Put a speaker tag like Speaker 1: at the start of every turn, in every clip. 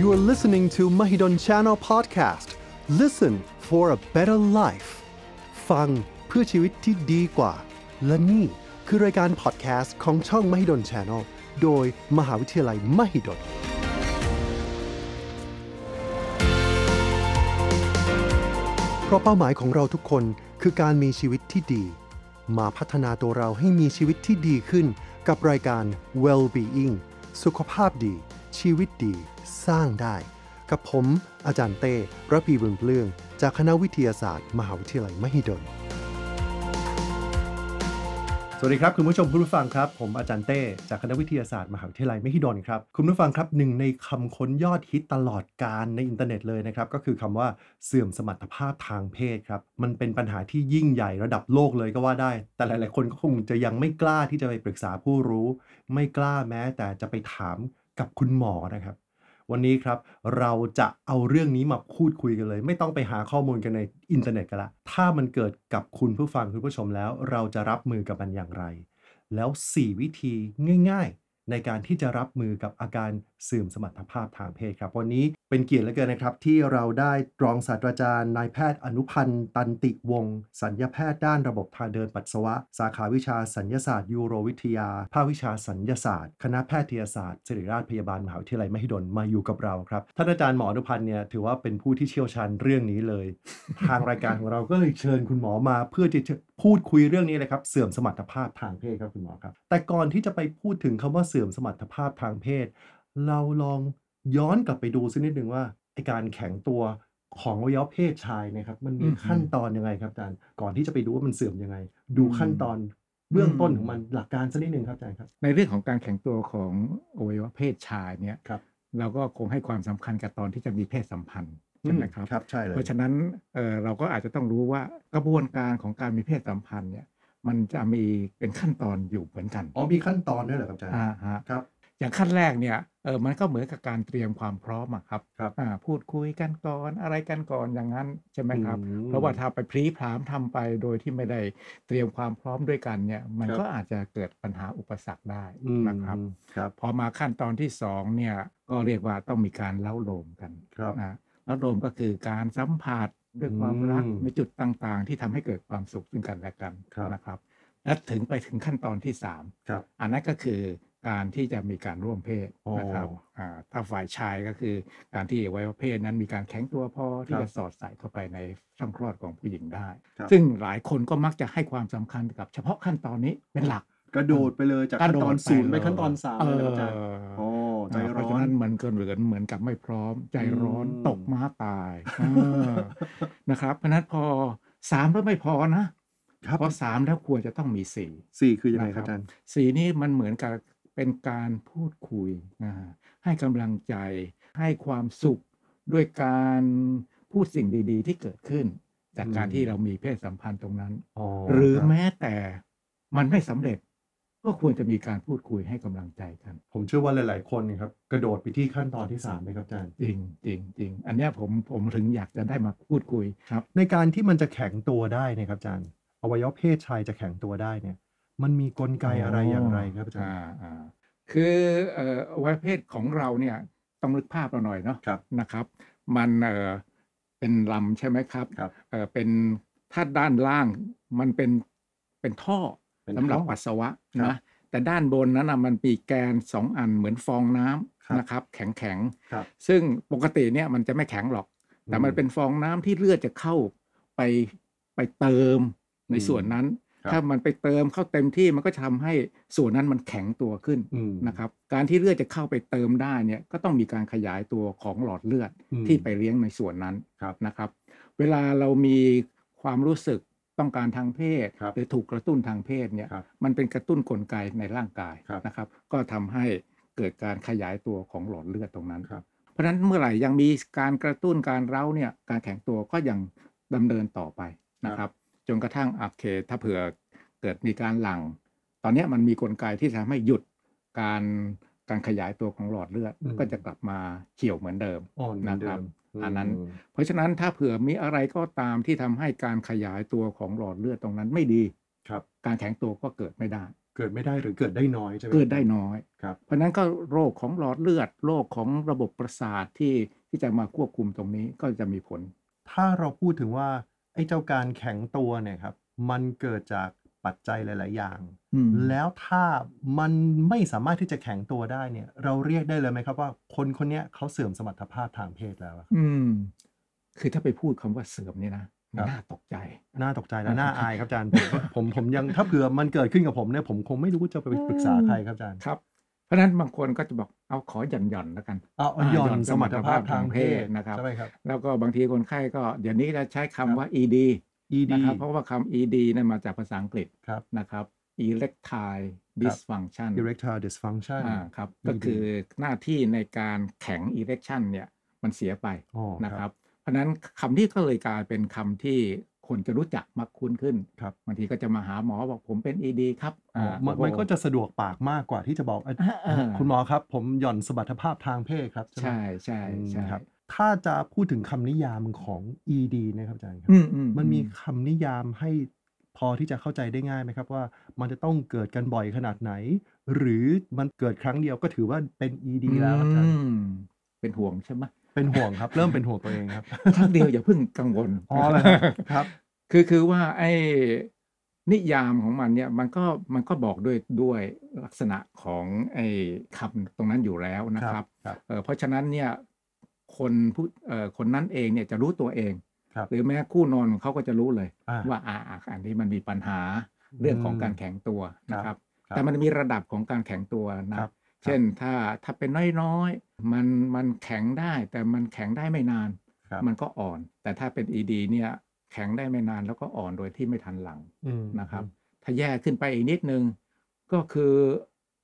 Speaker 1: You are listening to Mahidol Channel Podcast. Listen for a better life. ฟังเพื่อชีวิตที่ดีกว่า และนี่คือรายการ podcast ของช่อง Mahidol Channel โดยมหาวิทยาลัย Mahidol เพราะเป้าหมายของเราทุกคนคือการมีชีวิตที่ดี มาพัฒนาตัวเราให้มีชีวิตที่ดีขึ้น กับรายการ Well-being สุขภาพดี ชีวิตดี สร้างได้ กับผม อาจารย์เต้ระพีบุญเปลือง จากคณะวิทยาศาสตร์ มหาวิทยาลัยมหิดล สวัสดีครับคุณผู้ชมคุณผู้ฟังครับ ผมอาจารย์เต้จากคณะวิทยาศาสตร์มหาวิทยาลัยมหิดลครับคุณผู้ฟังครับหนึ่งในคำค้นยอดฮิตตลอดการในอินเทอร์เน็ตเลยนะครับ ก็คือคำว่าเสื่อมสมรรถภาพทางเพศครับ มันเป็นปัญหาที่ยิ่งใหญ่ระดับโลกเลยก็ว่าได้ แต่หลายๆ คนก็คงจะยังไม่กล้าที่จะไปปรึกษาผู้รู้ ไม่กล้าแม้ แต่จะไปถามกับคุณหมอนะครับ วันนี้ครับเราจะเอาเรื่องนี้มาพูดคุยกันเลย ไม่ต้องไปหาข้อมูลกันในอินเทอร์เน็ตกันละ ถ้ามันเกิดกับคุณผู้ฟังคุณผู้ชมแล้ว เราจะรับมือกับมันอย่างไร แล้ว 4 วิธีง่าย ๆ ในการที่จะรับมือกับอาการเสื่อมสมรรถภาพทางเพศครับวันนี้เป็นเกียรติเหลือเกินนะครับ ที่เราได้รองศาสตราจารย์นายแพทย์อนุพันธ์ ตันติวงศ์สัญญาแพทย์ด้านระบบทางเดินปัสสาวะ สาขาวิชาสัญญาศาสตร์ยูโรวิทยา ภาควิชาสัญญาศาสตร์ คณะแพทยศาสตร์ศิริราชพยาบาลมหาวิทยาลัยมหิดลมาอยู่กับเราครับท่านอาจารย์หมออนุพันธ์เนี่ยถือว่าเป็นผู้ที่เชี่ยวชาญเรื่องนี้เลย ทางรายการของเราก็เลยเชิญคุณหมอมาเพื่อที่จะพูดคุยเรื่องนี้เลยครับเสื่อมสมรรถภาพทางเพศครับคุณหมอครับ แต่ก่อนที่จะไปพูดถึงคำว่าเสื่อมสมรรถภาพทางเพศ เราลองย้อนกลับไปดูสักนิดหนึ่งว่าไอการแข็งตัวของอวัยวะเพศชายเนะครับ มันมี
Speaker 2: อืม
Speaker 1: ขั้นตอนยังไงครับอาจารย์ก่อนที่จะไปดูว่ามันเสื่อมยังไง ดูขั้นตอนเบื้องต้น
Speaker 2: อืม
Speaker 1: ของมันหลักการสักนิดหนึ่งครับอาจารย์ครับ
Speaker 2: ในเรื่องของการแข็งตัวของอวัยวะเพศชายเนี่ย
Speaker 1: ครับ
Speaker 2: เราก็คงให้ความสำคัญกับตอนที่จะมีเพศสัมพันธ์ใช่ไหมครับ
Speaker 1: ครับใช่เลย
Speaker 2: เพราะฉะนั้นเอ่อเราก็อาจจะต้องรู้ว่ากระบวนการของการมีเพศสัมพันธ์เนี่ยมันจะมีเป็นขั้นตอนอยู่เหมือนกัน
Speaker 1: อ๋อมีขั้นตอนด้วยเหรอครับอาจารย์
Speaker 2: อ่าฮะ
Speaker 1: ครับ
Speaker 2: อย่างขั้นแรกเนี่ยเออมันก็เหมือนกับการเตรียมความพร้อมอะครับ
Speaker 1: ครับ
Speaker 2: อ่าพูดคุยกันก่อนอะไรกันก่อนอย่างนั้นใช่ไหมครับ
Speaker 1: อืม
Speaker 2: เพราะว่าถ้าไปพลีพรามทำไปโดยที่ไม่ได้เตรียมความพร้อมด้วยกันเนี่ยมัน
Speaker 1: ครับ
Speaker 2: ก็อาจจะเกิดปัญหาอุปสรรคได้
Speaker 1: อืม
Speaker 2: นะครับ
Speaker 1: ครับ
Speaker 2: พอมาขั้นตอนที่สองเนี่ยก็เรียกว่าต้องมีการเล้าโลมกัน
Speaker 1: ครับ
Speaker 2: นะเล้าโลมก็คือการสัมผัสด้วยความรัก
Speaker 1: อืม
Speaker 2: ในจุดต่างๆ ที่ทำให้เกิดความสุขซึ่งกันและกัน
Speaker 1: ครับ
Speaker 2: นะครับ และถึงไปถึงขั้นตอนที่สาม
Speaker 1: ครับ
Speaker 2: อันนั้นก็คือการที่จะมีการร่วมเพศ
Speaker 1: อ๋อ
Speaker 2: นะครับอ่าถ้าฝ่ายชายก็คือการที่ไว้ว่าเพศนั้นมีการแข็งตัวพอที่จะสอดใส่เข้าไปในช่องคลอดของผู้หญิงได้
Speaker 1: ครับ
Speaker 2: ซึ่งหลายคนก็มักจะให้ความสำคัญกับเฉพาะขั้นตอนนี้เป็นหลัก
Speaker 1: กระโดดไปเลยจากขั้นตอนศูนย์ไปขั้นตอนสามเลยครับอาจารย์
Speaker 2: เออ
Speaker 1: โอ้ใจ
Speaker 2: เพ
Speaker 1: ร้
Speaker 2: ราะ
Speaker 1: อ
Speaker 2: ฉะ
Speaker 1: น
Speaker 2: นั้นมันก็เหมือนเหมือนกับไม่พร้อม ใจร้อน
Speaker 1: อืม
Speaker 2: ตกม้าตายเออ นะครับ เพราะฉะนั้นพอสามแล้วไม่พอนะครับ พอสามแล้วควรจะต้องมีสี่
Speaker 1: สี่คือยังไงครับอาจารย์
Speaker 2: สี่นี่มันเหมือนกับเป็นการพูดคุยนะฮะให้กำลังใจให้ความสุขด้วยการพูดสิ่งดี ๆ ที่เกิดขึ้น จากการ
Speaker 1: อืม
Speaker 2: ที่เรามีเพศสัมพันธ์ตรงนั้น
Speaker 1: อ๋อ
Speaker 2: หรือ
Speaker 1: ครับ
Speaker 2: แม้แต่มันไม่สำเร็จ ก็ควรจะมีการพูดคุยให้กำลังใจกัน
Speaker 1: ผมเชื่อว่าหลาย ๆ คนเนยครับกระโดดไปที่ขั้นตอนที่3ามเลยครับอาจารย์
Speaker 2: จริงจริงจริงอันเนี้ยผมผมถึงอยากจะได้มาพูดคุยครับ
Speaker 1: ในการที่มันจะแข็งตัวได้เนยครับอาจารย์อวัยวะเพศชายจะแข็งตัวได้เนี่ย มันมีกลไกอะไรอย่างไรครับอาจารย์
Speaker 2: อ่าอ่าคือเอ่ออวัยวะเพศของเราเนี่ยต้องนึกภาพเราหน่อยเนาะ
Speaker 1: ครับ
Speaker 2: นะครับ มันเอ่อเป็นลำใช่ไหมครับ
Speaker 1: ครับ
Speaker 2: เอ่อเป็นถ้าด้านล่างมันเป็นเป็นท่อ
Speaker 1: เป็น
Speaker 2: สำหรับ
Speaker 1: ข้อ
Speaker 2: ปัสสาวะ
Speaker 1: ครับ
Speaker 2: นะแต่ด้านบนนั้นนะมันมีแกนสองอันเหมือนฟองน้
Speaker 1: ครับ
Speaker 2: ำนะครับแข็งแข็งๆ
Speaker 1: ครับ
Speaker 2: ซึ่งปกติเนี่ยมันจะไม่แข็งหรอก แต่มันเป็นฟองน้ำที่เลือดจะเข้าไปไปเติมใน
Speaker 1: อืม
Speaker 2: ส่วนนั้น
Speaker 1: ครับ
Speaker 2: ถ้ามันไปเติมเข้าเต็มที่มันก็จะทำให้ส่วนนั้นมันแข็งตัวขึ้น
Speaker 1: อืม
Speaker 2: นะครับ การที่เลือดจะเข้าไปเติมได้เนี่ยก็ต้องมีการขยายตัวของหลอดเลือด
Speaker 1: อืม
Speaker 2: ที่ไปเลี้ยงในส่วนนั้น
Speaker 1: ครับ
Speaker 2: นะครับ เวลาเรามีความรู้สึกต้องการทางเพศ
Speaker 1: ครับ
Speaker 2: หรือถูกกระตุ้นทางเพศเนี่ย
Speaker 1: ครับ
Speaker 2: มันเป็นกระตุ้นกลไกในร่างกาย
Speaker 1: ครับ
Speaker 2: นะครับ ก็ทำให้เกิดการขยายตัวของหลอดเลือดตรงนั้น
Speaker 1: ครับ
Speaker 2: เพราะฉะนั้นเมื่อไหร่ยังมีการกระตุ้นการเร้าเนี่ยการแข็งตัวก็ยังดำเนินต่อไปนะครับ จนกระทั่งโอเคถ้าเผื่อเกิดมีการหลัง ตอนเนี้ยมันมีกลไกที่ทำให้หยุดการการขยายตัวของหลอดเลือด
Speaker 1: อืม
Speaker 2: ก็จะกลับมาเขียวเหมือนเดิม
Speaker 1: อ่อนเหมือนเดิม
Speaker 2: นะครับอันนั้น
Speaker 1: ม
Speaker 2: เพราะฉะนั้นถ้าเผื่อมีอะไรก็ตามที่ทำให้การขยายตัวของหลอดเลือดตรงนั้นไม่ดี
Speaker 1: ครับ
Speaker 2: การแข็งตัวก็เกิดไม่ได้
Speaker 1: เกิดไม่ได้หรือเกิดได้น้อยใช่ไหม
Speaker 2: เกิดได้น้อย
Speaker 1: ครับ
Speaker 2: เพราะฉะนั้นก็โรคของหลอดเลือดโรคของระบบประสาทที่ที่จะมาควบคุมตรงนี้ก็จะมีผล
Speaker 1: ถ้าเราพูดถึงว่าไอ้เจ้าการแข็งตัวเนี่ยครับมันเกิดจากปัจจัยหลาย ๆ อย่าง
Speaker 2: อืม
Speaker 1: แล้วถ้ามันไม่สามารถที่จะแข็งตัวได้เนี่ย เราเรียกได้เลยไหมครับว่าคนคนเนี้ยเขาเสื่อมสมรรถภาพทางเพศแล้วอะครับ
Speaker 2: อืม คือถ้าไปพูดคำว่าเสื่อมเนี่ยนะ
Speaker 1: ค
Speaker 2: มั
Speaker 1: รั
Speaker 2: น
Speaker 1: บ
Speaker 2: น่าตกใจ
Speaker 1: น่าตกใจ และน่าอายครับอาจารย์ผมผมผมยังถ้าเผื่อมันเกิดขึ้นกับผมเนี่ยผมคงไม่รู้จะไปปรึกษาใครครับอาจารย์
Speaker 2: ครับ เพราะฉะนั้นบางคนก็จะบอกเอาขอหย่อนๆแล้วกัน
Speaker 1: เอาเอาหย่อนสมรรถภาพทางเพศ
Speaker 2: นะครับ
Speaker 1: ใช่ไหมครับ
Speaker 2: แล้วก็บางทีคนไข้ก็เดี๋ยวนี้จะใช้คำ
Speaker 1: ครับ
Speaker 2: ว่า ED
Speaker 1: ED
Speaker 2: นะครับ เพราะว่าคำ ED เนี่ยมาจากภาษาอังกฤษ
Speaker 1: ครับ
Speaker 2: นะครับ erectile dysfunction
Speaker 1: erectile dysfunction
Speaker 2: อ่าครับ
Speaker 1: ED
Speaker 2: ก็คือหน้าที่ในการแข็ง erection เนี่ยมันเสียไป
Speaker 1: อ๋อ
Speaker 2: นะครับ เพราะฉะนั้นคำนี้ก็เลยกลายเป็นคำที่คนจะรู้จักมากคุ้นขึ้น
Speaker 1: ครับ
Speaker 2: บางทีก็จะมาหาหมอบอกผมเป็น ED ครับ
Speaker 1: อ๋อ
Speaker 2: อ่า
Speaker 1: มัน
Speaker 2: โอ้โห
Speaker 1: มันก็จะสะดวกปากมากกว่าที่จะบอกอ่ะ
Speaker 2: อ่า
Speaker 1: คุณหมอครับ ผมหย่อนสมรรถภาพทางเพศครับใช่ไหม
Speaker 2: ใช่ใช่
Speaker 1: อืม
Speaker 2: ใช่
Speaker 1: ครับ ถ้าจะพูดถึงคำนิยามของ ED นะครับอาจารย์ครับ
Speaker 2: อืมอื
Speaker 1: มันมี
Speaker 2: อื
Speaker 1: คำนิยามให้พอที่จะเข้าใจได้ง่ายไหมครับว่ามันจะต้องเกิดกันบ่อยขนาดไหน หรือมันเกิดครั้งเดียวก็ถือว่าเป็น ED แล้วครับอาจารย์
Speaker 2: อืมเป็นห่วงใช่ไหม
Speaker 1: เป็นห่วงครับ เริ่มเป็นห่วงตัวเองครับ
Speaker 2: ครั้งเดียวอย่าเพิ่งกังวล
Speaker 1: อ๋อเหรอครับครับ
Speaker 2: คือคือว่าไอ้นิยามของมันเนี่ยมันก็มันก็บอกด้วยด้วยลักษณะของไอ้คำตรงนั้นอยู่แล้วนะครับ
Speaker 1: ครับ
Speaker 2: เอ่อเพราะฉะนั้นเนี่ยคนผู้เอ่อคนนั้นเองเนี่ยจะรู้ตัวเอง
Speaker 1: ครับ
Speaker 2: หรือแม้คู่นอนของเขาก็จะรู้เลย
Speaker 1: อ่า
Speaker 2: ว่าอ่าอ่าอันนี้มันมีปัญหาเรื่องของการแข็งตัวนะครับ
Speaker 1: ครับ
Speaker 2: แต่มันมีระดับของการแข็งตัวนะ
Speaker 1: ครับ
Speaker 2: เช่นถ้าถ้าเป็นน้อยๆ มันมันแข็งได้แต่มันแข็งได้ไม่นาน
Speaker 1: ครับ
Speaker 2: มันก็อ่อน แต่ถ้าเป็น ED เนี่ยแข็งได้ไม่นานแล้วก็อ่อนโดยที่ไม่ทันหลัง
Speaker 1: อืม
Speaker 2: นะครับ ถ้าแย่ขึ้นไปอีกนิดนึง ก็คือ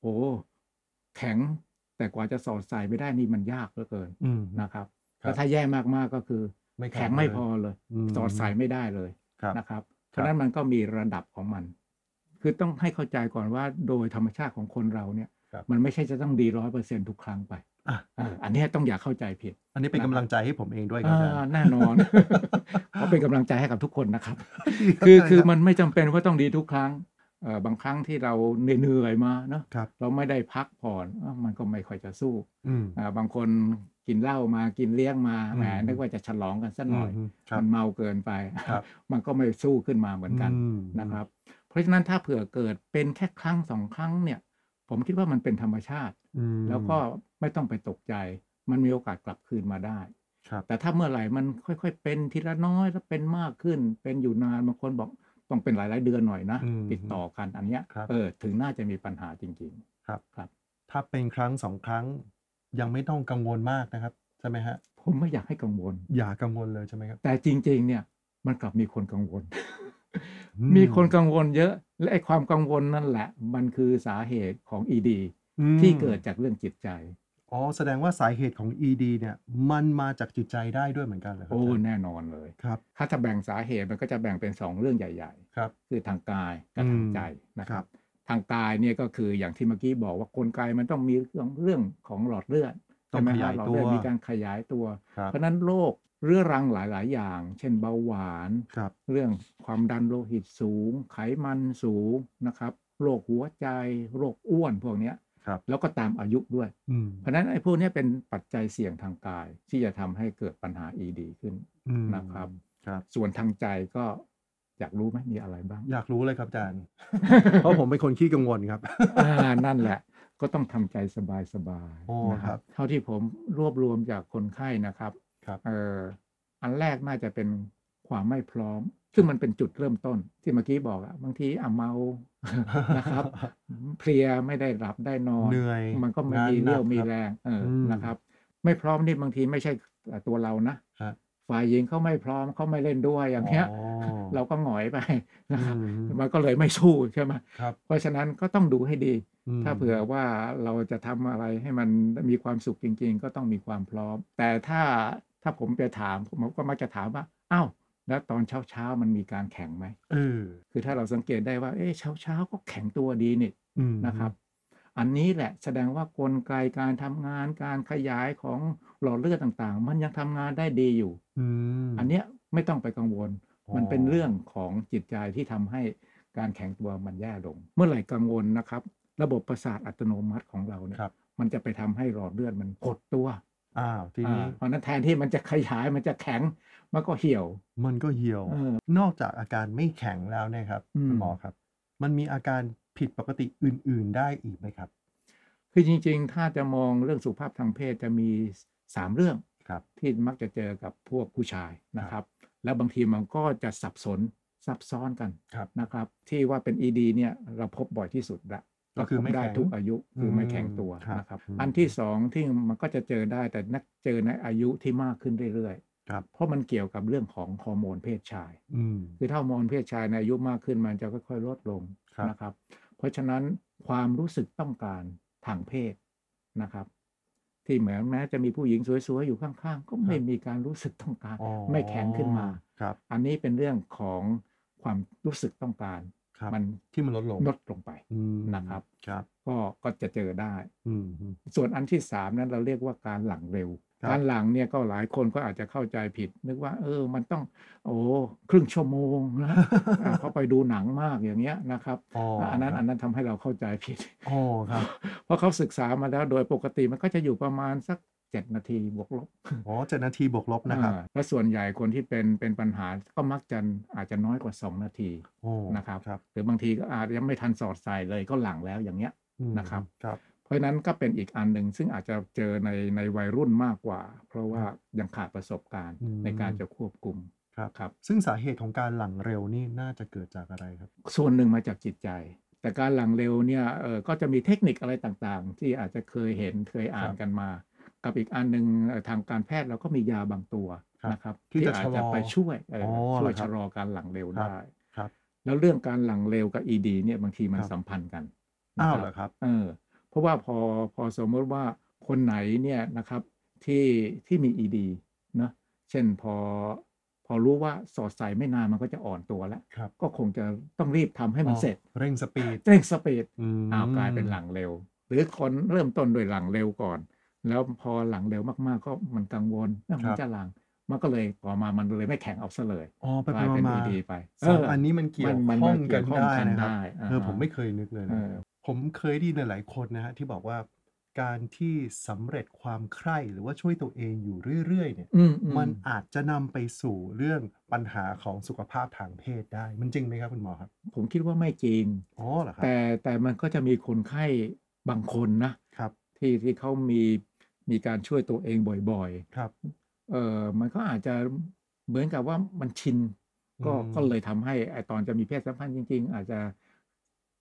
Speaker 2: โอ้แข็งแต่กว่าจะสอดใส่ไปได้นี่มันยากเหลือเกิน
Speaker 1: อืม
Speaker 2: นะครับ
Speaker 1: ครับ
Speaker 2: แล้วถ้าแย่มากๆก็คือ
Speaker 1: ไม่
Speaker 2: แข็งไม่พอเลย
Speaker 1: ม
Speaker 2: สอดใส่ไม่ได้เลย
Speaker 1: ครับ
Speaker 2: นะครับ เพ
Speaker 1: ครับ
Speaker 2: ราะฉะนั้นมันก็มีระดับของมัน คือต้องให้เข้าใจก่อนว่าโดยธรรมชาติของคนเราเนี่ย
Speaker 1: ครับ
Speaker 2: มันไม่ใช่จะต้องดีร้อยเปอร์เซ็นทุกครั้งไป
Speaker 1: อ่ะ
Speaker 2: อ่าอันเนี้ยต้องอย่าเข้าใจผิด
Speaker 1: อันนี้เป็นกำลังใจให้ผมเองด้วยครับอาจาร
Speaker 2: อ่า
Speaker 1: ย์
Speaker 2: แน่น อน ก็เป็นกำลังใจให้กับทุกคนนะครับ
Speaker 1: ดีรับ
Speaker 2: คือ
Speaker 1: อาจารย์
Speaker 2: คือ
Speaker 1: รับ
Speaker 2: มันไม่จำเป็นว่าต้องดีทุกครั้งเอ่อบางครั้งที่เราเหนื่อยๆมาเนาะ
Speaker 1: ครับ
Speaker 2: เราไม่ได้พักผ่อนเอ้ามันก็ไม่ค่อยจะสู้
Speaker 1: อืม
Speaker 2: อ่าบางคนกินเหล้ามากินเลี้ยงมา
Speaker 1: อืม
Speaker 2: แหมนึกว่าจะฉลองกันสักหน่อย
Speaker 1: มครับ
Speaker 2: มันเมาเกินไป
Speaker 1: ครับ
Speaker 2: มันก็ไม่สู้ขึ้นมาเหมือนกัน
Speaker 1: ม
Speaker 2: นะครับ เพราะฉะนั้นถ้าเผื่อเกิดเป็นแค่ครั้งสองครั้งเนี่ย ผมคิดว่ามันเป็นธรรมชาติ
Speaker 1: อืม
Speaker 2: แล้วก็ไม่ต้องไปตกใจ มันมีโอกาสกลับคืนมาได้
Speaker 1: ครับ
Speaker 2: แต่ถ้าเมื่อไหร่มันค่อยๆ เป็นทีละน้อยแล้วเป็นมากขึ้น เป็นอยู่นานบางคนบอกต้องเป็นหลายๆเดือนหน่อยนะ
Speaker 1: อืม
Speaker 2: ติดต่อกันอันเนี้ย
Speaker 1: ครับ
Speaker 2: เออถึงน่าจะมีปัญหาจริง
Speaker 1: ถ้าเป็นครั้งสองครั้ง ยังไม่ต้องกังวลมากนะครับใช่ไหมฮะ
Speaker 2: ๆ ผมไม่อยากให้กังวล
Speaker 1: อย่ากังวลเลยใช่ไหมครับ
Speaker 2: แต่จริง ๆ เนี่ยมันกลับมีคนกังวล
Speaker 1: อื
Speaker 2: มีคนกังวลเยอะ และไอ้ความกังวลนั่นแหละ มันคือสาเหตุของ ED
Speaker 1: อืม
Speaker 2: ที่เกิดจากเรื่องจิตใจ
Speaker 1: อ๋อแสดงว่าสาเหตุของ ED เนี่ย มันมาจากจิตใจได้ด้วยเหมือนกันเหรอครั
Speaker 2: โอ้
Speaker 1: อาจารย์
Speaker 2: แน่นอนเลย
Speaker 1: ครับ
Speaker 2: ถ้าจะแบ่งสาเหตุมันก็จะแบ่งเป็นสองเรื่องใหญ่ ๆ
Speaker 1: ครับ
Speaker 2: คือทางกายกับ
Speaker 1: อืม
Speaker 2: ทางใจนะค
Speaker 1: ครั
Speaker 2: รับ บ ทางกายเนี่ยก็คืออย่างที่เมื่อกี้บอกว่ากลไกมันต้องมีเรื่องเรื่องของหลอดเลือด
Speaker 1: ต้อ
Speaker 2: ใช่
Speaker 1: ง
Speaker 2: ไหม
Speaker 1: ข
Speaker 2: ฮะ
Speaker 1: ยาย
Speaker 2: หลอด
Speaker 1: ตั
Speaker 2: เลื
Speaker 1: ว
Speaker 2: อดมีการขยายตัว
Speaker 1: ครับ
Speaker 2: เพราะฉะนั้นโรคเรื้อรังหลาย ๆ อย่าง เช่นเบาหวาน
Speaker 1: ครับ
Speaker 2: เรื่องความดันโลหิตสูง ไขมันสูงนะครับโรคหัวใจ โรคอ้วนพวกเนี้ย
Speaker 1: ครับ
Speaker 2: แล้วก็ตามอายุด้วย
Speaker 1: อืม
Speaker 2: เพราะฉะนั้นไอ้พวกเนี้ยเป็นปัจจัยเสี่ยงทางกาย ที่จะทำให้เกิดปัญหา ED ขึ้น
Speaker 1: อืม
Speaker 2: นะครับ
Speaker 1: ครับ
Speaker 2: ส่วนทางใจก็อยากรู้ไหมมีอะไร บ้าง
Speaker 1: อยากรู้เลยครับอาจารย์ เพราะผมเป็นคนขี้กังวล ครับ
Speaker 2: อ่านั่นแหละก็ต้องทำใจสบายๆ
Speaker 1: โอ้
Speaker 2: นะค
Speaker 1: ครั
Speaker 2: รั
Speaker 1: บบ
Speaker 2: เท่าที่ผมรวบรวมจากคนไข้นะครับ
Speaker 1: ครับ
Speaker 2: เอ่ออันแรกน่าจะเป็นความไม่พร้อม ซึ่งมันเป็นจุดเริ่มต้น ที่เมื่อกี้บอกอะบางทีอ่ะเมา นะครับ เพลียไม่ได้หลับได้นอน
Speaker 1: เหนื่อย
Speaker 2: มันก็ไม่
Speaker 1: งาน
Speaker 2: มี
Speaker 1: หนั
Speaker 2: เรี่ยว
Speaker 1: ก
Speaker 2: มี
Speaker 1: ครับ
Speaker 2: แรงเอออ
Speaker 1: ม
Speaker 2: นะครับ ไม่พร้อมนี่บางทีไม่ใช่ตัวเรานะ
Speaker 1: ฮะ
Speaker 2: ฝ่ายหญิงเขาไม่พร้อมเขาไม่เล่นด้วยอย่างเงี้ย เราก็หงอยไป นะครับ
Speaker 1: อืม
Speaker 2: มันก็เลยไม่สู้ใช่ไหม
Speaker 1: ครับ
Speaker 2: เพราะฉะนั้นก็ต้องดูให้ดี
Speaker 1: ม
Speaker 2: ถ้าเผื่อว่าเราจะทำอะไรให้มันมีความสุขจริง ๆ ก็ต้องมีความพร้อม แต่ถ้าถ้าผมไปถามผมก็มักจะถามว่าอ้าวแล้วตอนเช้าเช้าๆมันมีการแข่งไหม
Speaker 1: เออ
Speaker 2: คือถ้าเราสังเกตได้ว่าเอ๊ะเช้าเช้าๆก็แข็งตัวดีนี่
Speaker 1: อืม
Speaker 2: นะครับ อันนี้แหละแสดงว่ากลไกการทำงานการขยายของหลอดเลือดต่างๆ มันยังทำงานได้ดีอยู่
Speaker 1: อืม
Speaker 2: อันเนี้ยไม่ต้องไปกังวล มันเป็นเรื่องของจิตใจที่ทำให้ การแข็งตัวมันแย่ลง เมื่อไหร่กังวลนะครับ ระบบประสาทอัตโนมัติของเราเนี่ย
Speaker 1: ครับ
Speaker 2: มันจะไปทำให้หลอดเลือดมันหดตัว
Speaker 1: อ้าวทีนี้
Speaker 2: อ่าเพราะฉะนั้นแทนที่มันจะขยายมันจะแข็งมันก็เหี่ยว
Speaker 1: มันก็เหี่ยว นอกจากอาการไม่แข็งแล้วเนะครับ
Speaker 2: อืม
Speaker 1: คุณหมอครับ มันมีอาการผิดปกติอื่น ๆ ได้อีกไหมครับ
Speaker 2: คือจริงๆ ถ้าจะมองเรื่องสุขภาพทางเพศจะมี 3 เรื่อง
Speaker 1: ครับ
Speaker 2: ที่มักจะเจอกับพวกผู้ชายนะครับ แล้วบางทีมันก็จะสับสนซับซ้อนกัน
Speaker 1: ครับ
Speaker 2: นะครับ ที่ว่าเป็น ED เนี่ยเราพบบ่อยที่สุดละ
Speaker 1: ก็คือไม่
Speaker 2: เราพบได้
Speaker 1: แข็ง
Speaker 2: ทุกอายุคือไม่แข็งตัว
Speaker 1: อืมครับ
Speaker 2: นะครับ
Speaker 1: อืม
Speaker 2: อันที่ 2 ที่มันก็จะเจอได้แต่นักเจอในอายุที่มากขึ้นเรื่อยๆ
Speaker 1: ครับ
Speaker 2: เพราะมันเกี่ยวกับเรื่องของฮอร์โมนเพศชาย
Speaker 1: อืม
Speaker 2: คือถ้าฮอร์โมนเพศชายในอายุมากขึ้นมันจะค่อยๆลดลง
Speaker 1: ครับ
Speaker 2: นะครับ เพราะฉะนั้นความรู้สึกต้องการทางเพศนะครับ ที่เหมือนแม้จะมีผู้หญิงสวยๆอยู่ข้างๆ ก็ไม่มีการรู้สึกต้องการ
Speaker 1: อ๋อ
Speaker 2: ไม่แข็งขึ้นมา
Speaker 1: ครับ
Speaker 2: อันนี้เป็นเรื่องของความรู้สึกต้องการ
Speaker 1: ครับ
Speaker 2: มัน
Speaker 1: ที่มันลดลง
Speaker 2: ลดลงไป
Speaker 1: อืม
Speaker 2: นะครับ
Speaker 1: ครับ
Speaker 2: ก็ก็จะเจอได้
Speaker 1: อืมอืม
Speaker 2: ส่วนอันที่สามนั้นเราเรียกว่าการหลังเร็ว
Speaker 1: ครับ
Speaker 2: การหลังเนี่ยก็หลายคนก็อาจจะเข้าใจผิด นึกว่า เออ มันต้อง โอ้ครึ่งชั่วโมงนะ อ่าเขาไปดูหนังมากอย่างเงี้ยนะครับ
Speaker 1: อ๋ออ่
Speaker 2: ะอันนั้น
Speaker 1: ครับ
Speaker 2: อันนั้นทำให้เราเข้าใจผิด
Speaker 1: โอ้ครับ
Speaker 2: เพราะเขาศึกษามาแล้วโดยปกติมันก็จะอยู่ประมาณสัก 7 นาทีบวกลบ
Speaker 1: อ๋อเจ็ดนาทีบวกลบนะครับ
Speaker 2: อ่าและส่วนใหญ่คนที่เป็นเป็นปัญหาก็มักจะอาจจะน้อยกว่า 2 นาที
Speaker 1: โอ้
Speaker 2: นะครับ
Speaker 1: ครับ
Speaker 2: หรือบางทีก็อาจจะยังไม่ทันสอดใส่เลยก็หลังแล้วอย่างเงี้ย
Speaker 1: อืม
Speaker 2: นะครับ
Speaker 1: ครับ
Speaker 2: เพราะฉะนั้นก็เป็นอีกอันหนึ่งซึ่งอาจจะเจอในในวัยรุ่นมากกว่า เพราะว่ายังขาดประสบการณ์
Speaker 1: อืม
Speaker 2: ในการจะควบคุม
Speaker 1: ครับ
Speaker 2: ครับ
Speaker 1: ซึ่งสาเหตุของการหลังเร็วนี่น่าจะเกิดจากอะไรครับ
Speaker 2: ส่วนหนึ่งมาจากจิตใจ แต่การหลังเร็วเนี่ยเออก็จะมีเทคนิคอะไรต่างๆ ที่อาจจะเคยเห็นเคยอ่าน
Speaker 1: ครับ
Speaker 2: กันมา กับอีกอันหนึ่งเอ่อทางการแพทย์เราก็มียาบางตัว
Speaker 1: ครับ
Speaker 2: นะครับ
Speaker 1: ที่จะ
Speaker 2: อาจจะไปช่วยเอ่ออ
Speaker 1: อ
Speaker 2: ช่วย
Speaker 1: เหรอครับ
Speaker 2: ชะลอการหลังเร็ว
Speaker 1: ครับ
Speaker 2: ได้
Speaker 1: ครับ
Speaker 2: แล้วเรื่องการหลังเร็วกับ ED เนี่ยบางทีมัน
Speaker 1: ครับ
Speaker 2: สัมพันธ์กันนะ
Speaker 1: อ้าว
Speaker 2: ค
Speaker 1: เหร
Speaker 2: รับ
Speaker 1: อครับ
Speaker 2: เออเพราะว่าพอพอสมมติว่าคนไหนเนี่ยนะครับที่ที่มี ED เนอะเช่นพอพอรู้ว่าสอดใส่ไม่นานมันก็จะอ่อนตัวแล้ว
Speaker 1: ครับ
Speaker 2: ก็คงจะต้องรีบทำให้มัน
Speaker 1: อ๋อ
Speaker 2: เสร็จ
Speaker 1: เร่งสปีด
Speaker 2: เร่งสปีด
Speaker 1: ม
Speaker 2: อ้าวกลายเป็นหลังเร็ว หรือคนเริ่มต้นโดวยหลังเร็วก่อน แล้วพอหลังเร็วมากๆ ก็มันกังวลเอ้ามันจะหลังมันก็เลยต่อมามันเลยไม่แข็งเอาซะเลย
Speaker 1: อ๋อไป
Speaker 2: ก
Speaker 1: ไป
Speaker 2: ลายเป็น
Speaker 1: มา
Speaker 2: ED ไป
Speaker 1: ๆสองอันนี้มันเกี่ยว
Speaker 2: มั
Speaker 1: ข้
Speaker 2: มั
Speaker 1: องกัน
Speaker 2: เยวข้
Speaker 1: ได้นะครับ
Speaker 2: อ่า
Speaker 1: เออผม
Speaker 2: ฮะ
Speaker 1: ไม่เคยนึกเลยนะ
Speaker 2: เออ
Speaker 1: ผมเคยได้ยินหลายๆคนนะฮะที่บอกว่า การที่สำเร็จความใคร่หรือว่าช่วยตัวเองอยู่เรื่อย ๆ เนี่ย
Speaker 2: อือื
Speaker 1: มันอาจจะนำไปสู่เรื่องปัญหาของสุขภาพทางเพศได้ มันจริงไหมครับคุณหมอครับ
Speaker 2: ผมคิดว่าไม่จริง
Speaker 1: อ๋อเหรอครับ
Speaker 2: แต่แต่มันก็จะมีคนไข้บางคนนะครับ ที่ที่เขามีมีการช่วยตัวเองบ่อย
Speaker 1: ครับ
Speaker 2: ๆเออมันก็อาจจะเหมือนกับว่ามันชินก็
Speaker 1: อืม
Speaker 2: ก็เลยทำให้ไอตอนจะมีเพศสัมพันธ์จริง ๆ อาจจะ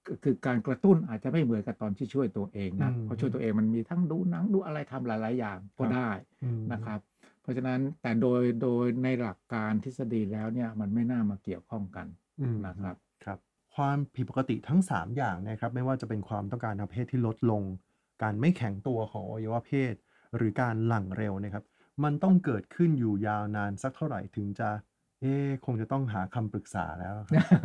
Speaker 2: คือคือการกระตุ้นอาจจะไม่เหมือนกับตอนที่ช่วยตัวเองนะ
Speaker 1: อืม
Speaker 2: เพราะช่วยตัวเองมันมีทั้งดูหนังดูอะไรทำหลาย ๆ อย่าง
Speaker 1: ค
Speaker 2: ก็
Speaker 1: รับ
Speaker 2: ได้
Speaker 1: อืม
Speaker 2: นะครับ เพราะฉะนั้นแต่โดยโดยในหลักการทฤษฎีแล้วเนี่ยมันไม่น่ามาเกี่ยวข้องกัน
Speaker 1: อืม
Speaker 2: นะครับ
Speaker 1: ครับความผิดปกติทั้ง 3 อย่างนะครับ ไม่ว่าจะเป็นความต้องการทางเพศที่ลดลง การไม่แข็งตัวของอวัยวะเพศ หรือการหลั่งเร็วนะครับ มันต้องเกิดขึ้นอยู่ยาวนานสักเท่าไหร่ถึงจะ เอ๊ะคงจะต้องหาคำปรึกษาแล้วครับ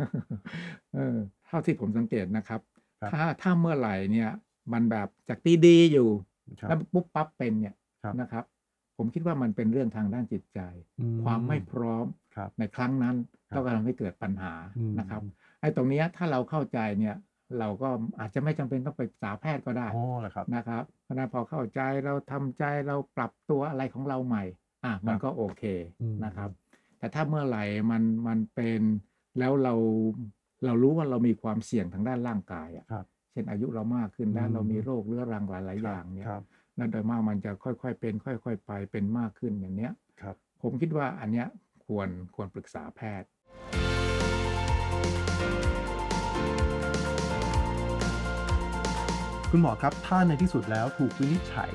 Speaker 2: เออเท่าที่ผมสังเกตนะครับ
Speaker 1: ครับ
Speaker 2: ถ้าถ้าเมื่อไหร่เนี่ยมันแบบจากดีดีๆอยู่
Speaker 1: ครั
Speaker 2: แล้ว
Speaker 1: บ
Speaker 2: ปุ๊บปั๊บเป็นเนี่ย
Speaker 1: ครับ
Speaker 2: นะครับ ผมคิดว่ามันเป็นเรื่องทางด้านจิตใจ
Speaker 1: อื
Speaker 2: ความไม่พร้อม
Speaker 1: ครับ
Speaker 2: ในครั้งนั้น
Speaker 1: ครับ
Speaker 2: ก็กำลังให้เกิดปัญหา
Speaker 1: อืม
Speaker 2: นะครับไอ้ตรงเนี้ยถ้าเราเข้าใจเนี่ยเราก็อาจจะไม่จำเป็นต้องไปปรึกษาแพทย์ก็ได้
Speaker 1: อ๋อเหรอครับ
Speaker 2: นะครับเพราะฉะนั้นพอเข้าใจเราทำใจเราปรับตัวอะไรของเราใหม่อ่ะมันก็โอเค
Speaker 1: อืม
Speaker 2: นะครับ แต่ถ้าเมื่อไหร่มันมันเป็นแล้วเราเรารู้ว่าเรามีความเสี่ยงทางด้านร่างกายอะ
Speaker 1: ครับ
Speaker 2: เช่นอายุเรามากขึ้นแล้ว
Speaker 1: อืม
Speaker 2: เรามีโรคเรื้อรังหลายหลายๆอย่างเนี่ย
Speaker 1: ครับ
Speaker 2: นั่นโดยมากมันจะค่อยๆ เป็นค่อย ๆ ไปเป็นมากขึ้นอย่างเนี้ย
Speaker 1: ครับ
Speaker 2: ผมคิดว่าอันเนี้ยควรควรปรึกษาแพทย์
Speaker 1: คุณหมอครับถ้าในที่สุดแล้วถูกวินิจฉัย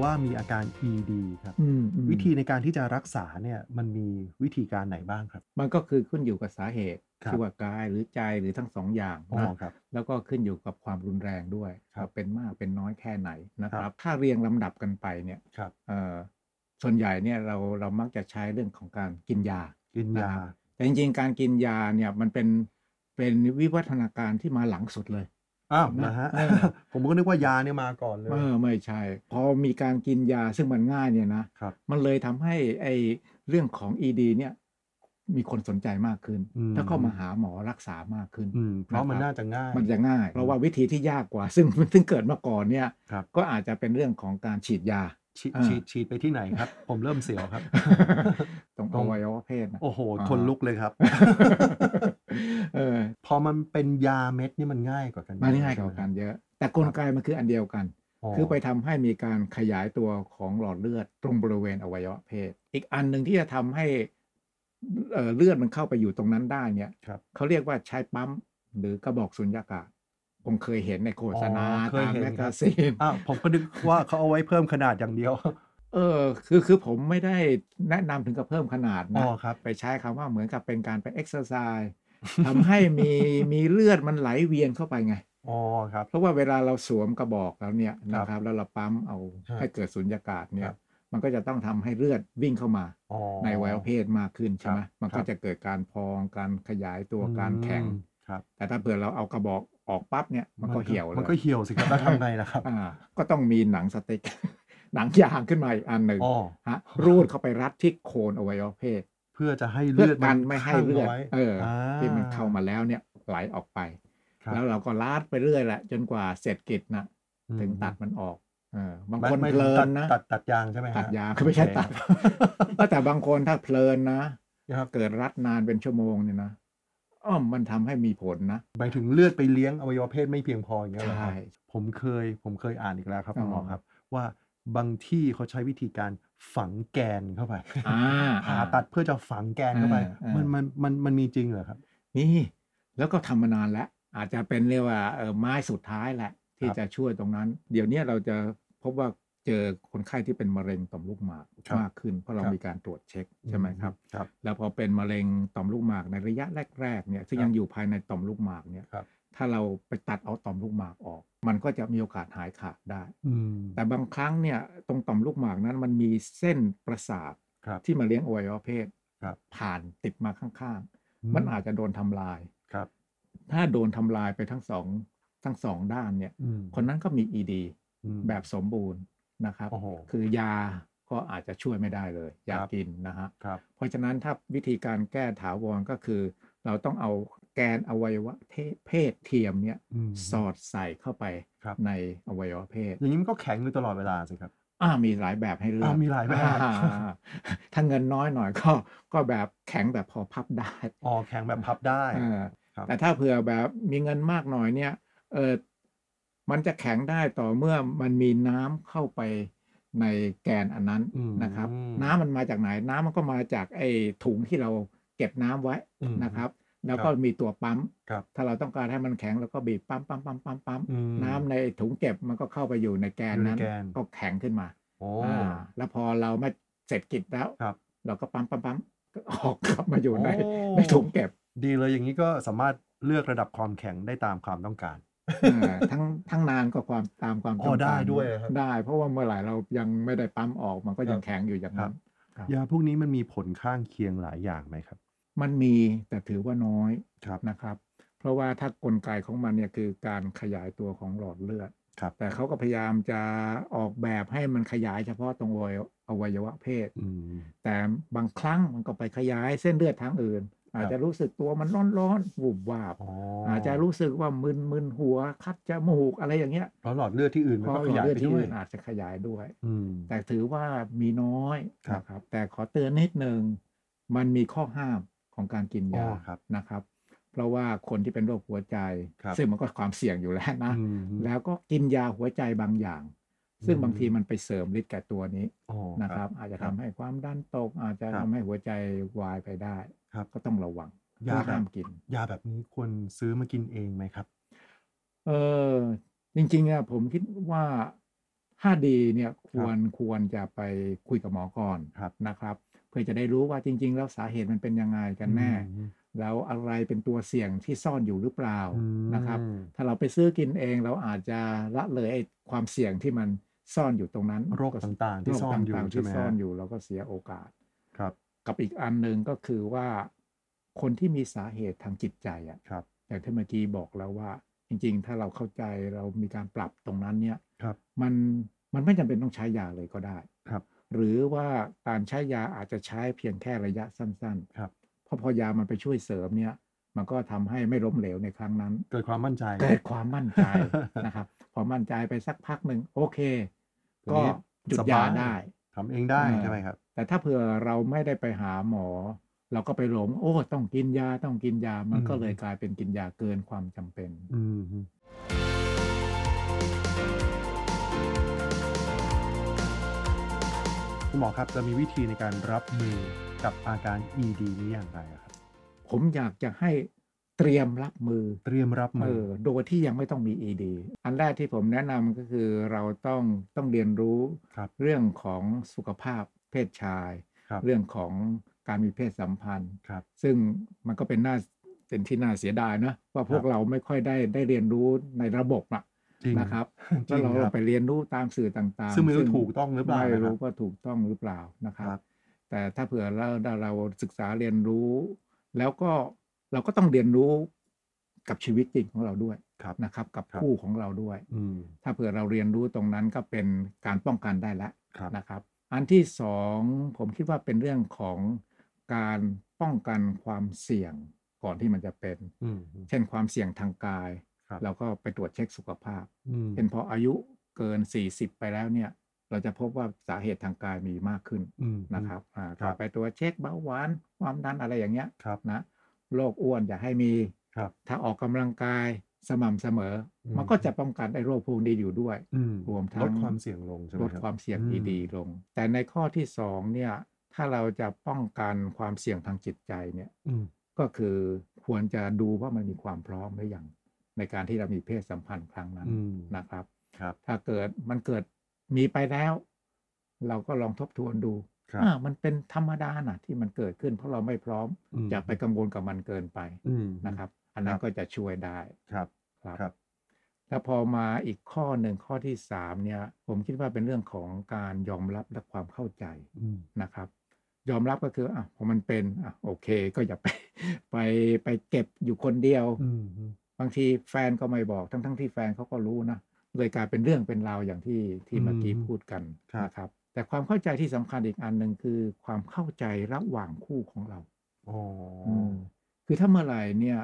Speaker 1: ว่ามีอาการ ED ครับ
Speaker 2: อืมอืม
Speaker 1: วิธีในการที่จะรักษาเนี่ยมันมีวิธีการไหนบ้างครับ
Speaker 2: มันก็คือขึ้นอยู่กับสาเหตุ
Speaker 1: ครับ
Speaker 2: ที่ว่ากายหรือใจหรือทั้งสองอย่าง
Speaker 1: อ๋อ
Speaker 2: นะ
Speaker 1: ครับ
Speaker 2: แล้วก็ขึ้นอยู่กับความรุนแรงด้วย
Speaker 1: ครับ
Speaker 2: ว่าเป็นมากเป็นน้อยแค่ไหนนะค
Speaker 1: ครั
Speaker 2: รั
Speaker 1: บบ
Speaker 2: ถ้าเรียงลำดับกันไปเนี่ย
Speaker 1: ครับ
Speaker 2: เอ่อส่วนใหญ่เนี่ยเราเรามักจะใช้เรื่องของการกินยา
Speaker 1: กินยา
Speaker 2: นะครับ แต่จริงๆ การกินยาเนี่ยมันเป็นเป็นวิวัฒนาการที่มาหลังสุดเลย
Speaker 1: อ้าว
Speaker 2: นะ
Speaker 1: นะฮะ
Speaker 2: เออ
Speaker 1: ผมก็นึกว่ายาเนี่ยมาก่อนเลย
Speaker 2: เออไม่ใช่ พอมีการกินยาซึ่งมันง่ายเนี่ยนะครับ มันเลยทำให้ไอเรื่องของ ED เนี่ย มีคนสนใจมากขึ้น
Speaker 1: อืม
Speaker 2: ถ้าเข้ามาหาหมอรักษามากขึ้น
Speaker 1: อืมเพราะมันน่าจะง่าย
Speaker 2: มันจะง่าย เพราะว่าวิธีที่ยากกว่า ซึ่งซึ่งเกิดมาก่อนเนี่ย
Speaker 1: ครับ
Speaker 2: ก็อาจจะเป็นเรื่องของการฉีด ยา
Speaker 1: ฉ
Speaker 2: อ่า
Speaker 1: ฉีดฉีดไปที่ไหนครับ ผมเริ่มเสียวครับ
Speaker 2: ตรง
Speaker 1: ตร
Speaker 2: อ
Speaker 1: ง
Speaker 2: วัยวะเพศนะ
Speaker 1: โอ้โห
Speaker 2: อ่า
Speaker 1: ทนลุกเลยครับ
Speaker 2: เออ
Speaker 1: พอมันเป็นยาเม็ดนี่มันง่ายกว่ากัน
Speaker 2: มันง่ายกว่ากันเยอะ แต่กลไกมันคืออันเดียวกัน คือไปทำให้มีการขยายตัวของหลอดเลือดตรงบริเวณอวัยวะเพศ อีกอันหนึ่งที่จะทำให้เอ่อเลือดมันเข้าไปอยู่ตรงนั้นได้เนี่ย
Speaker 1: ครับ
Speaker 2: เขาเรียกว่าใช้ปั๊มหรือกระบอกสุญญากาศคงเคยเห็นในโฆษณา
Speaker 1: อ๋อเคย
Speaker 2: ตาม
Speaker 1: เห็น
Speaker 2: แมก
Speaker 1: ครั
Speaker 2: กา
Speaker 1: บ
Speaker 2: ซีน
Speaker 1: อ้าวผมก็นึกว่าเขาเอาไว้เพิ่มขนาดอย่างเดียว
Speaker 2: เออคือคือผมไม่ได้แนะนำถึงกับเพิ่มขนาด
Speaker 1: อ๋
Speaker 2: นะ
Speaker 1: อครับ
Speaker 2: ไปใช้คำว่าเหมือนกับเป็นการไปเอ็กซ์ไซส์ ทำให้มีมีเลือดมันไหลเวียนเข้าไปไง
Speaker 1: อ๋อครับ
Speaker 2: เพราะว่าเวลาเราสวมกระบอกแล้วเนี่ย
Speaker 1: ครั
Speaker 2: นะ
Speaker 1: บ
Speaker 2: ครับแล้วเราปั๊มเอา
Speaker 1: ครับ
Speaker 2: ให้เกิดสุญญากาศเนี่
Speaker 1: ครั
Speaker 2: ย
Speaker 1: บ
Speaker 2: มันก็จะต้องทำให้เลือดวิ่งเข้ามา
Speaker 1: อ๋อ
Speaker 2: ในอวัยวะเพศมากขึ้นใช่ไหม
Speaker 1: ครับ
Speaker 2: มัน
Speaker 1: ค
Speaker 2: ก็
Speaker 1: รับ
Speaker 2: จะเกิดการพองการขยายตัวการแข็ง
Speaker 1: อืมครับ
Speaker 2: แต่ถ้าเผื่อเราเอากระบอกออกปั๊บเนี่ยมันก็เหี่ยวเลย
Speaker 1: มันก็เหี่ยวสิครับแล้วทำไงล่ะครับ
Speaker 2: อ่าก็ต้องมีหนังสติ๊ก หนังยางขึ้นมาอีกอันหนึ่ง
Speaker 1: อ๋อ
Speaker 2: ฮะรูดเข้าไปรัดที่โคนอวัยวะเพศ
Speaker 1: เพื่อจะให้
Speaker 2: เพื่
Speaker 1: เลื
Speaker 2: อ
Speaker 1: อด
Speaker 2: กันไม่ให้เลือด
Speaker 1: ข้าไว้
Speaker 2: เอออา ที่มันเข้ามาแล้วเนี่ยไหลออกไป
Speaker 1: ครับ
Speaker 2: แล้วเราก็ลาดไปเรื่อยแหละ จนกว่าเสร็จกิจนะ
Speaker 1: อืม
Speaker 2: ถึงตัดมันออกเออบาง
Speaker 1: ไม่
Speaker 2: คน
Speaker 1: ไม่
Speaker 2: เพลิ
Speaker 1: ตัด
Speaker 2: นนะ
Speaker 1: ตัดตัดยางใช่ไหมฮะ
Speaker 2: ตัดยาก็ไม่ใช่
Speaker 1: โอเค
Speaker 2: ตัด แต่บางคนถ้าเพลินนะ
Speaker 1: ครับ
Speaker 2: เกิดรัดนานเป็นชั่วโมงเนี่ยนะอ้อมมันทำให้มีผลนะ
Speaker 1: หมายถึงเลือดไปเลี้ยงอวัยวะเพศไม่เพียงพออย่างเงี้ยเหรอค
Speaker 2: ใช่
Speaker 1: รับ ผมเคยผมเคยอ่านอีกแล้วครับ
Speaker 2: อ๋
Speaker 1: คุ
Speaker 2: อ
Speaker 1: ณหมอครับ ว่าบางที่เขาใช้วิธีการฝังแกนเข้าไป
Speaker 2: อ่า
Speaker 1: ผ่าตัดเพื่อจะฝังแกนเข้าไป
Speaker 2: อ่ามั
Speaker 1: มันมันมันมันมีจริงเหรอครับ
Speaker 2: นี่แล้วก็ทำมานานแล้ว อาจจะเป็นเรียกว่าเอ่อไม้สุดท้ายแหละ ที่จะช่วยตรงนั้น เดี๋ยวเนี้ยเราจะพบว่าเจอคนไข้ที่เป็นมะเร็งต่อมลูกหมาก
Speaker 1: ครับ
Speaker 2: มากขึ้น เพราะเรา
Speaker 1: ครับ
Speaker 2: มีการตรวจเช็คใช่ไหมครับ
Speaker 1: ครับ
Speaker 2: แล้วพอเป็นมะเร็งต่อมลูกหมากในระยะแรกๆเนี่ยซึ่
Speaker 1: ค
Speaker 2: ง
Speaker 1: รับ
Speaker 2: ยังอยู่ภายในต่อมลูกหมากเนี่ย
Speaker 1: ครับ
Speaker 2: ถ้าเราไปตัดเอาต่อมลูกหมากออก มันก็จะมีโอกาสหายขาดได้
Speaker 1: อืม
Speaker 2: แต่บางครั้งเนี่ยตรงต่อมลูกหมากนั้นมันมีเส้นประสาท
Speaker 1: ครับ
Speaker 2: ที่มาเลี้ยงอวัยวะเพศ
Speaker 1: ครับ
Speaker 2: ผ่านติดมาข้างๆ มันอาจจะโดนทำลาย
Speaker 1: ครับ
Speaker 2: ถ้าโดนทำลายไปทั้งสองทั้งสองด้านเนี่ย
Speaker 1: อืม
Speaker 2: คนนั้นก็มี ED
Speaker 1: อืม
Speaker 2: แบบสมบูรณ์นะครับ
Speaker 1: โอ้โห
Speaker 2: คือยาก็อาจจะช่วยไม่ได้เลยยา
Speaker 1: ครับ
Speaker 2: กินนะฮะ
Speaker 1: ครับ
Speaker 2: เพราะฉะนั้นถ้าวิธีการแก้ถาวรก็คือ เราต้องเอาแกนอวัยวะเทเพศเทียมเนี่ย
Speaker 1: อืม
Speaker 2: สอดใส่เข้าไป
Speaker 1: ครับ
Speaker 2: ในอวัยวะเพศ
Speaker 1: อย่างนี้มันก็แข็งอยู่ตลอดเวลาสิครับ
Speaker 2: อ่ามีหลายแบบให้เลือ
Speaker 1: อ่าก มีหลายแบบ
Speaker 2: อ่าถ้าเงินน้อยหน่อยก็ก็แบบแข็งแบบพอพับได้
Speaker 1: อ๋อแข็งแบบพับได้
Speaker 2: เออ
Speaker 1: ครับ
Speaker 2: แต่ถ้าเผื่อแบบมีเงินมากหน่อยเนี่ยเออมันจะแข็งได้ต่อเมื่อมันมีน้ำเข้าไปในแกนอันนั้น
Speaker 1: อืม
Speaker 2: นะครับน้ำมันมาจากไหนน้ำมันก็มาจากไอ้ถุงที่เราเก็บน้ำไว้
Speaker 1: อืม
Speaker 2: นะครับ แล้วก็มีตัวปั๊ม
Speaker 1: ครับ
Speaker 2: ถ้าเราต้องการให้มันแข็งเราก็บีบปั๊มปั๊มปั๊มปั๊มปั๊ม
Speaker 1: อืม
Speaker 2: น้ำในถุงเก็บมันก็เข้าไปอยู่ในแกนนั้
Speaker 1: อยู่ใน
Speaker 2: น
Speaker 1: แกน
Speaker 2: ก็แข็งขึ้นมา
Speaker 1: โอ้
Speaker 2: อ่าแล้วพอเราไม่เสร็จกิจแล้ว
Speaker 1: ครับ
Speaker 2: เราก็ปั๊มปั๊มปั๊ม ก็ออกกลับมาอยู่ใน
Speaker 1: โอ้
Speaker 2: ในถุงเก็บ
Speaker 1: ดีเลยอย่างนี้ก็สามารถเลือกระดับความแข็งได้ตามความต้องการ
Speaker 2: เออทั้งทั้งนานก็ความตามความ
Speaker 1: อ๋อ
Speaker 2: ต้องการ
Speaker 1: ได้ด้วยเหรอครับ
Speaker 2: ได้ เพราะว่าเมื่อไหร่เรายังไม่ได้ปั๊มออกมันก็ยั
Speaker 1: ค
Speaker 2: ง
Speaker 1: รับ
Speaker 2: แข็งอยู่อย่าง
Speaker 1: ครั
Speaker 2: นั้
Speaker 1: บ
Speaker 2: น ครับ
Speaker 1: ยาพวกนี้มันมีผลข้างเคียงหลายอย่างไหมครับ
Speaker 2: มันมีแต่ถือว่าน้อย
Speaker 1: ครับ
Speaker 2: นะครับ เพราะว่าถ้ากลไกของมันเนี่ยคือการขยายตัวของหลอดเลือด
Speaker 1: ครับ
Speaker 2: แต่เขาก็พยายามจะออกแบบให้มันขยายเฉพาะตรงอวัยวะอวัยวะเพศ
Speaker 1: อืม
Speaker 2: แต่บางครั้งมันก็ไปขยายเส้นเลือดทางอื่น อาจจะรู้สึกตัวมันร้อนๆวูบวาบ
Speaker 1: อ๋อ
Speaker 2: อาจจะรู้สึกว่ามึนมึนหัวคัดจมูกอะไรอย่างเงี้ย
Speaker 1: เพราะหลอดเลือดที่อื่น
Speaker 2: เพ
Speaker 1: มัน
Speaker 2: ราะ
Speaker 1: ก็
Speaker 2: ห
Speaker 1: ข
Speaker 2: ลอด
Speaker 1: ยาย
Speaker 2: เลือด
Speaker 1: ไป
Speaker 2: ที่
Speaker 1: ด้วย
Speaker 2: อื่นอาจจะขยายด้วย
Speaker 1: อืม
Speaker 2: แต่ถือว่ามีน้อย
Speaker 1: ครับ
Speaker 2: นะครับ แต่ขอเตือนนิดนึงมันมีข้อห้ามของการกินยา
Speaker 1: อ๋อครับ
Speaker 2: นะครับ เพราะว่าคนที่เป็นโรคหัวใจ
Speaker 1: ครับ
Speaker 2: ซึ่งมันก็ความเสี่ยงอยู่แล้วนะ
Speaker 1: อืม
Speaker 2: แล้วก็กินยาหัวใจบางอย่าง ซึ่ง
Speaker 1: อืม
Speaker 2: บางทีมันไปเสริมฤทธิ์แก่ตัวนี้
Speaker 1: อ๋อ
Speaker 2: นะครับ อาจจะ
Speaker 1: ครับ
Speaker 2: ทำให้ความดันตก อาจจะ
Speaker 1: ครับ
Speaker 2: ทำให้หัวใจวายไปได้
Speaker 1: ครับ
Speaker 2: ก็ต้องระวัง
Speaker 1: ยา
Speaker 2: ก็
Speaker 1: แบบ
Speaker 2: ห้ามกิน
Speaker 1: ยาแบบนี้ควรซื้อมากินเองไหมครับ
Speaker 2: เออจริงๆอะผมคิดว่าถ้าดีเนี่ยควรควรจะไปคุยกับหมอก่อน
Speaker 1: ครับ
Speaker 2: นะครับ เพื่อจะได้รู้ว่าจริง ๆ แล้วสาเหตุมันเป็นยังไงกันแน่
Speaker 1: อืม
Speaker 2: แล้วอะไรเป็นตัวเสี่ยงที่ซ่อนอยู่หรือเปล่า
Speaker 1: อืม
Speaker 2: นะครับ ถ้าเราไปซื้อกินเองเราอาจจะละเลยไอ้ความเสี่ยงที่มันซ่อนอยู่ตรงนั้น
Speaker 1: โรคต่างๆ ที่ซ่อนอยู่
Speaker 2: โรคต่างๆ
Speaker 1: ใช่
Speaker 2: ที่
Speaker 1: ไหม
Speaker 2: ซ่อน
Speaker 1: ฮะ
Speaker 2: อยู่เราก็เสียโอกาส
Speaker 1: ครับ
Speaker 2: กับอีกอันหนึ่งก็คือว่าคนที่มีสาเหตุทางจิตใจอะ
Speaker 1: ครับ
Speaker 2: อย่างที่เมื่อกี้บอกแล้วว่า จริง ๆ ถ้าเราเข้าใจเรามีการปรับตรงนั้นเนี่ย
Speaker 1: ครับ
Speaker 2: มันมันไม่จำเป็นต้องใช้ยาเลยก็ได้
Speaker 1: ครับ
Speaker 2: หรือว่าการใช้ยาอาจจะใช้เพียงแค่ระยะสั้น
Speaker 1: ครับ
Speaker 2: เพราะพอยามันไปช่วยเสริมเนี่ย มันก็ทำให้ไม่ล้มเหลวในครั้งนั้น
Speaker 1: เกิดความมั่นใจ
Speaker 2: เกิดความมั่นใจ นะครับพอมั่นใจไปสักพักหนึ่งโอเค
Speaker 1: ตรง
Speaker 2: ก็
Speaker 1: นี้
Speaker 2: หยุด
Speaker 1: สบาย
Speaker 2: ยาได้
Speaker 1: ทำเองได้
Speaker 2: อ่า
Speaker 1: ใช่ไหมครับ
Speaker 2: แต่ถ้าเผื่อเราไม่ได้ไปหาหมอ เราก็ไปหลง โอ้ ต้องกินยาต้องกินยามัน
Speaker 1: อืม
Speaker 2: ก็เลยกลายเป็นกินยาเกินความจำเป็น
Speaker 1: อืมฮึคุณหมอครับจะมีวิธีในการรับมือกับอาการ ED นี้อย่างไรอะครับ
Speaker 2: ผมอยากจะให้เตรียมรับมือ
Speaker 1: เตรียมรับ
Speaker 2: เอ
Speaker 1: มือ
Speaker 2: อโดยที่ยังไม่ต้องมี ED อันแรกที่ผมแนะนำก็คือเราต้องต้องเรียนรู้
Speaker 1: ครับ
Speaker 2: เรื่องของสุขภาพเพศชาย
Speaker 1: ครับ
Speaker 2: เรื่องของการมีเพศสัมพันธ์
Speaker 1: ครับ
Speaker 2: ซึ่งมันก็เป็นน่าเป็นที่น่าเสียดายนะว่าพว
Speaker 1: ค
Speaker 2: ก
Speaker 1: รับ
Speaker 2: เราไม่ค่อยได้ได้เรียนรู้ในระบบน่ะ
Speaker 1: จริง
Speaker 2: นะครับ
Speaker 1: จ
Speaker 2: แล้ว
Speaker 1: ง
Speaker 2: เรา
Speaker 1: ครับ
Speaker 2: ไปเรียนรู้ตามสื่อต่างๆ
Speaker 1: ซึ่งไม่รู้ถูกต้องหรือเปล่า
Speaker 2: ไม่
Speaker 1: นะครั
Speaker 2: รู้
Speaker 1: บ
Speaker 2: ว่าถูกต้องหรือเปล่านะครับ
Speaker 1: ครับ
Speaker 2: แต่ถ้าเผื่อเราเราศึกษาเรียนรู้ แล้วก็เราก็ต้องเรียนรู้กับชีวิตจริงของเราด้วย
Speaker 1: ครับ
Speaker 2: นะครับ กับ
Speaker 1: ครับ
Speaker 2: คู่ของเราด้วย
Speaker 1: อืม
Speaker 2: ถ้าเผื่อเราเรียนรู้ตรงนั้นก็เป็นการป้องกันได้แล้ว
Speaker 1: ครับ
Speaker 2: นะครับอันที่สองผมคิดว่าเป็นเรื่องของการป้องกันความเสี่ยงก่อนที่มันจะเป็น
Speaker 1: อืมฮึ
Speaker 2: เช่นความเสี่ยงทางกาย
Speaker 1: ครับ
Speaker 2: เราก็ไปตรวจเช็คสุขภาพ
Speaker 1: อืม
Speaker 2: เช่นพออายุเกิน 40 ไปแล้วเนี่ย เราจะพบว่าสาเหตุทางกายมีมากขึ้น
Speaker 1: อืม
Speaker 2: นะครับอ่า
Speaker 1: ครับ
Speaker 2: ไปตรวจเช็คเบาหวานความดันอะไรอย่างเงี้ย
Speaker 1: ครับ
Speaker 2: นะโรคอ้วนอย่าให้มี
Speaker 1: ครับ
Speaker 2: ถ้าออกกำลังกายสม่ำเสมออ
Speaker 1: ม
Speaker 2: มันก็จะป้องกันไอ้โรคพวกนี้อยู่ด้วย
Speaker 1: อืม
Speaker 2: รวมทั้ง
Speaker 1: ลดความเสี่ยงลงใช่ไหม
Speaker 2: ล
Speaker 1: รับ
Speaker 2: ดความเสี่ยง
Speaker 1: อืม
Speaker 2: ดีๆลง แต่ในข้อที่สองเนี่ยถ้าเราจะป้องกันความเสี่ยงทางจิตใจเนี่ย
Speaker 1: อืม
Speaker 2: ก็คือควรจะดูว่ามันมีความพร้อมหรือยังในการที่เรามีเพศสัมพันธ์ครั้งนั้น
Speaker 1: อืม
Speaker 2: นะครับ
Speaker 1: ครับ
Speaker 2: ถ้าเกิดมันเกิดมีไปแล้ว เราก็ลองทบทวนดู
Speaker 1: ครับ
Speaker 2: อ่ามันเป็นธรรมดานะที่มันเกิดขึ้น เพราะเราไม่พร้อม
Speaker 1: ม
Speaker 2: อย่าไปกังวลกับมันเกินไป
Speaker 1: อืม
Speaker 2: นะครับ อันนั้นก็จะช่วยได้
Speaker 1: ครับ
Speaker 2: ครับ
Speaker 1: ครับ
Speaker 2: แล้วพอมาอีกข้อหนึ่งข้อที่สามเนี่ยผมคิดว่าเป็นเรื่องของการยอมรับและความเข้าใจ
Speaker 1: อืม
Speaker 2: นะครับ ยอมรับก็คืออ่ะพอมันเป็นอ่ะโอเคก็อย่าไป ไปไปเก็บอยู่คนเดียว
Speaker 1: อืมฮึ
Speaker 2: บางทีแฟนก็ไม่บอกทั้งทั้งที่แฟนเขาก็รู้นะเลยกลายเป็นเรื่องเป็นราวอย่างที่ที่เมื่อกี้พูดกันนะครับ แต่ความเข้าใจที่สำคัญอีกอันหนึ่งคือความเข้าใจระหว่างคู่ของเรา
Speaker 1: อ๋ออ
Speaker 2: อืมคือถ้าเมื่อไหร่เนี่ย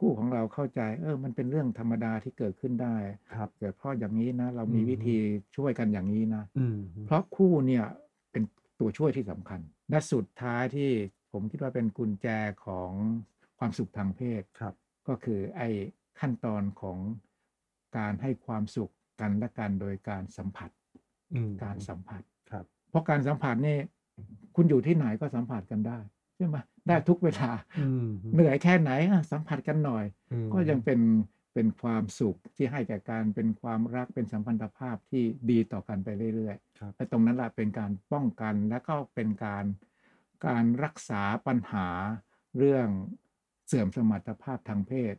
Speaker 2: คู่ของเราเข้าใจ เออมันเป็นเรื่องธรรมดาที่เกิดขึ้นได้
Speaker 1: ครับ
Speaker 2: เกิดเพราะอย่างนี้นะ เรามี
Speaker 1: อืม
Speaker 2: วิธีช่วยกันอย่างนี้นะ
Speaker 1: อืมฮึ
Speaker 2: เพราะคู่เนี่ยเป็นตัวช่วยที่สำคัญ และสุดท้ายที่ผมคิดว่าเป็นกุญแจของความสุขทางเพศ
Speaker 1: ครับ
Speaker 2: ก็คือไอ้ขั้นตอนของการให้ความสุขกันและกันโดยการสัมผัส
Speaker 1: อืม
Speaker 2: การสัมผัส
Speaker 1: ครับ
Speaker 2: เพราะการสัมผัสนี่คุณอยู่ที่ไหนก็สัมผัสกันได้ใช่ไหมได้ทุกเวลา
Speaker 1: อืมฮึ
Speaker 2: เหนื่อยแค่ไหนอ่ะสัมผัสกันหน่อย
Speaker 1: อืม
Speaker 2: ก็ยังเป็นเป็นความสุขที่ให้แก่การเป็นความรักเป็นสัมพันธภาพที่ดีต่อกันไปเรื่อย
Speaker 1: ครับ
Speaker 2: ๆและตรงนั้นแหละเป็นการป้องกันและก็เป็นการการรักษาปัญหาเรื่องเสื่อมสมรรถภาพทางเพศ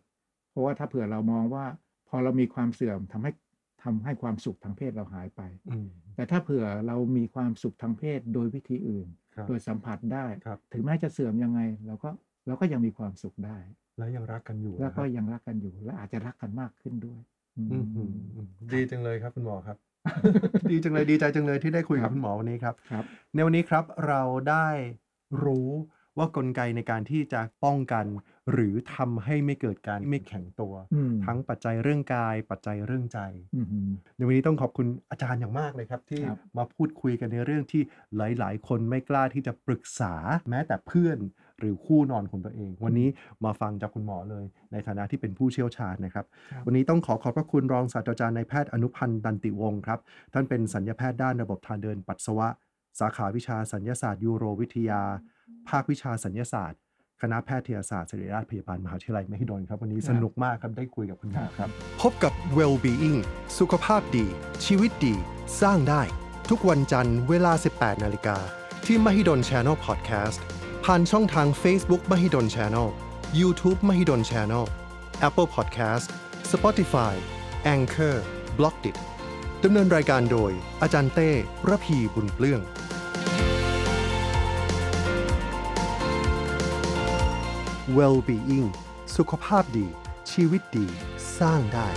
Speaker 2: เพราะว่าถ้าเผื่อเรามองว่า พอเรามีความเสื่อมทำให้ทำให้ความสุขทางเพศเราหายไป
Speaker 1: อืม
Speaker 2: แต่ถ้าเผื่อเรามีความสุขทางเพศโดยวิธีอื่น
Speaker 1: ครับ
Speaker 2: โดยสัมผัสได้
Speaker 1: ครับ
Speaker 2: ถึงแม้จะเสื่อมยังไงเราก็เราก็ยังมีความสุขได้
Speaker 1: แล้วยังรักกันอยู่
Speaker 2: แล้วก็
Speaker 1: นะครับ
Speaker 2: ยังรักกันอยู่ และอาจจะรักกันมากขึ้นด้วยอืม
Speaker 1: อืมฮึอืมดีจังเลยครับคุณหมอครับ ดีจังเลย ดีใจจังเลยที่ได้คุย
Speaker 2: ค
Speaker 1: กั
Speaker 2: รั
Speaker 1: บบ คุณหมอวันนี้ครับ
Speaker 2: ครับ
Speaker 1: ในวันนี้ครับเราได้รู้ว่ากลไกในการที่จะป้องกัน หรือทำให้ไม่เกิดการไม่แข็งตัว
Speaker 2: อืม
Speaker 1: ทั้งปัจจัยเรื่องกาย ปัจจัยเรื่องใจ
Speaker 2: อืม
Speaker 1: ในวันนี้ต้องขอบคุณอาจารย์อย่างมากเลยครับ ที่
Speaker 2: ครับ
Speaker 1: มาพูดคุยกันในเรื่องที่หลาย ๆ คนไม่กล้าที่จะปรึกษาแม้แต่เพื่อน หรือคู่นอนของตัวเอง วันนี้มาฟังจากคุณหมอเลย ในฐานะที่เป็นผู้เชี่ยวชาญนะครับ
Speaker 2: ครับ
Speaker 1: วันนี้ต้องขอขอบพระคุณรองศาสตราจารย์นายแพทย์อนุพันธ์ตันติวงศ์ครับ ท่านเป็นสัญญาแพทย์ด้านระบบทางเดินปัสสาวะ สาขาวิชาสัญญาศาสตร์ยูโรวิทยา ภาควิชาสัญญาศาสตร์ คณะแพทยศาสตร์ศิริราชพยาบาลมหาวิทยาลัยมหิดลครับ วันนี้สนุกมากครับได้คุยกับคุณหมอครับ
Speaker 3: พบกับ Wellbeing สุขภาพดี ชีวิตดี สร้างได้ ทุกวันจันทร์เวลา 18 นาฬิกา ที่ Mahidol Channel Podcast ผ่านช่องทาง Facebook Mahidol Channel YouTube Mahidol Channel Apple Podcast Spotify Anchor b l o c k d i t ดำเนินรายการโดย อาจารย์เต้ระพีบุญเปลื้อง Wellbeing สุขภาพดี ชีวิตดี สร้างได้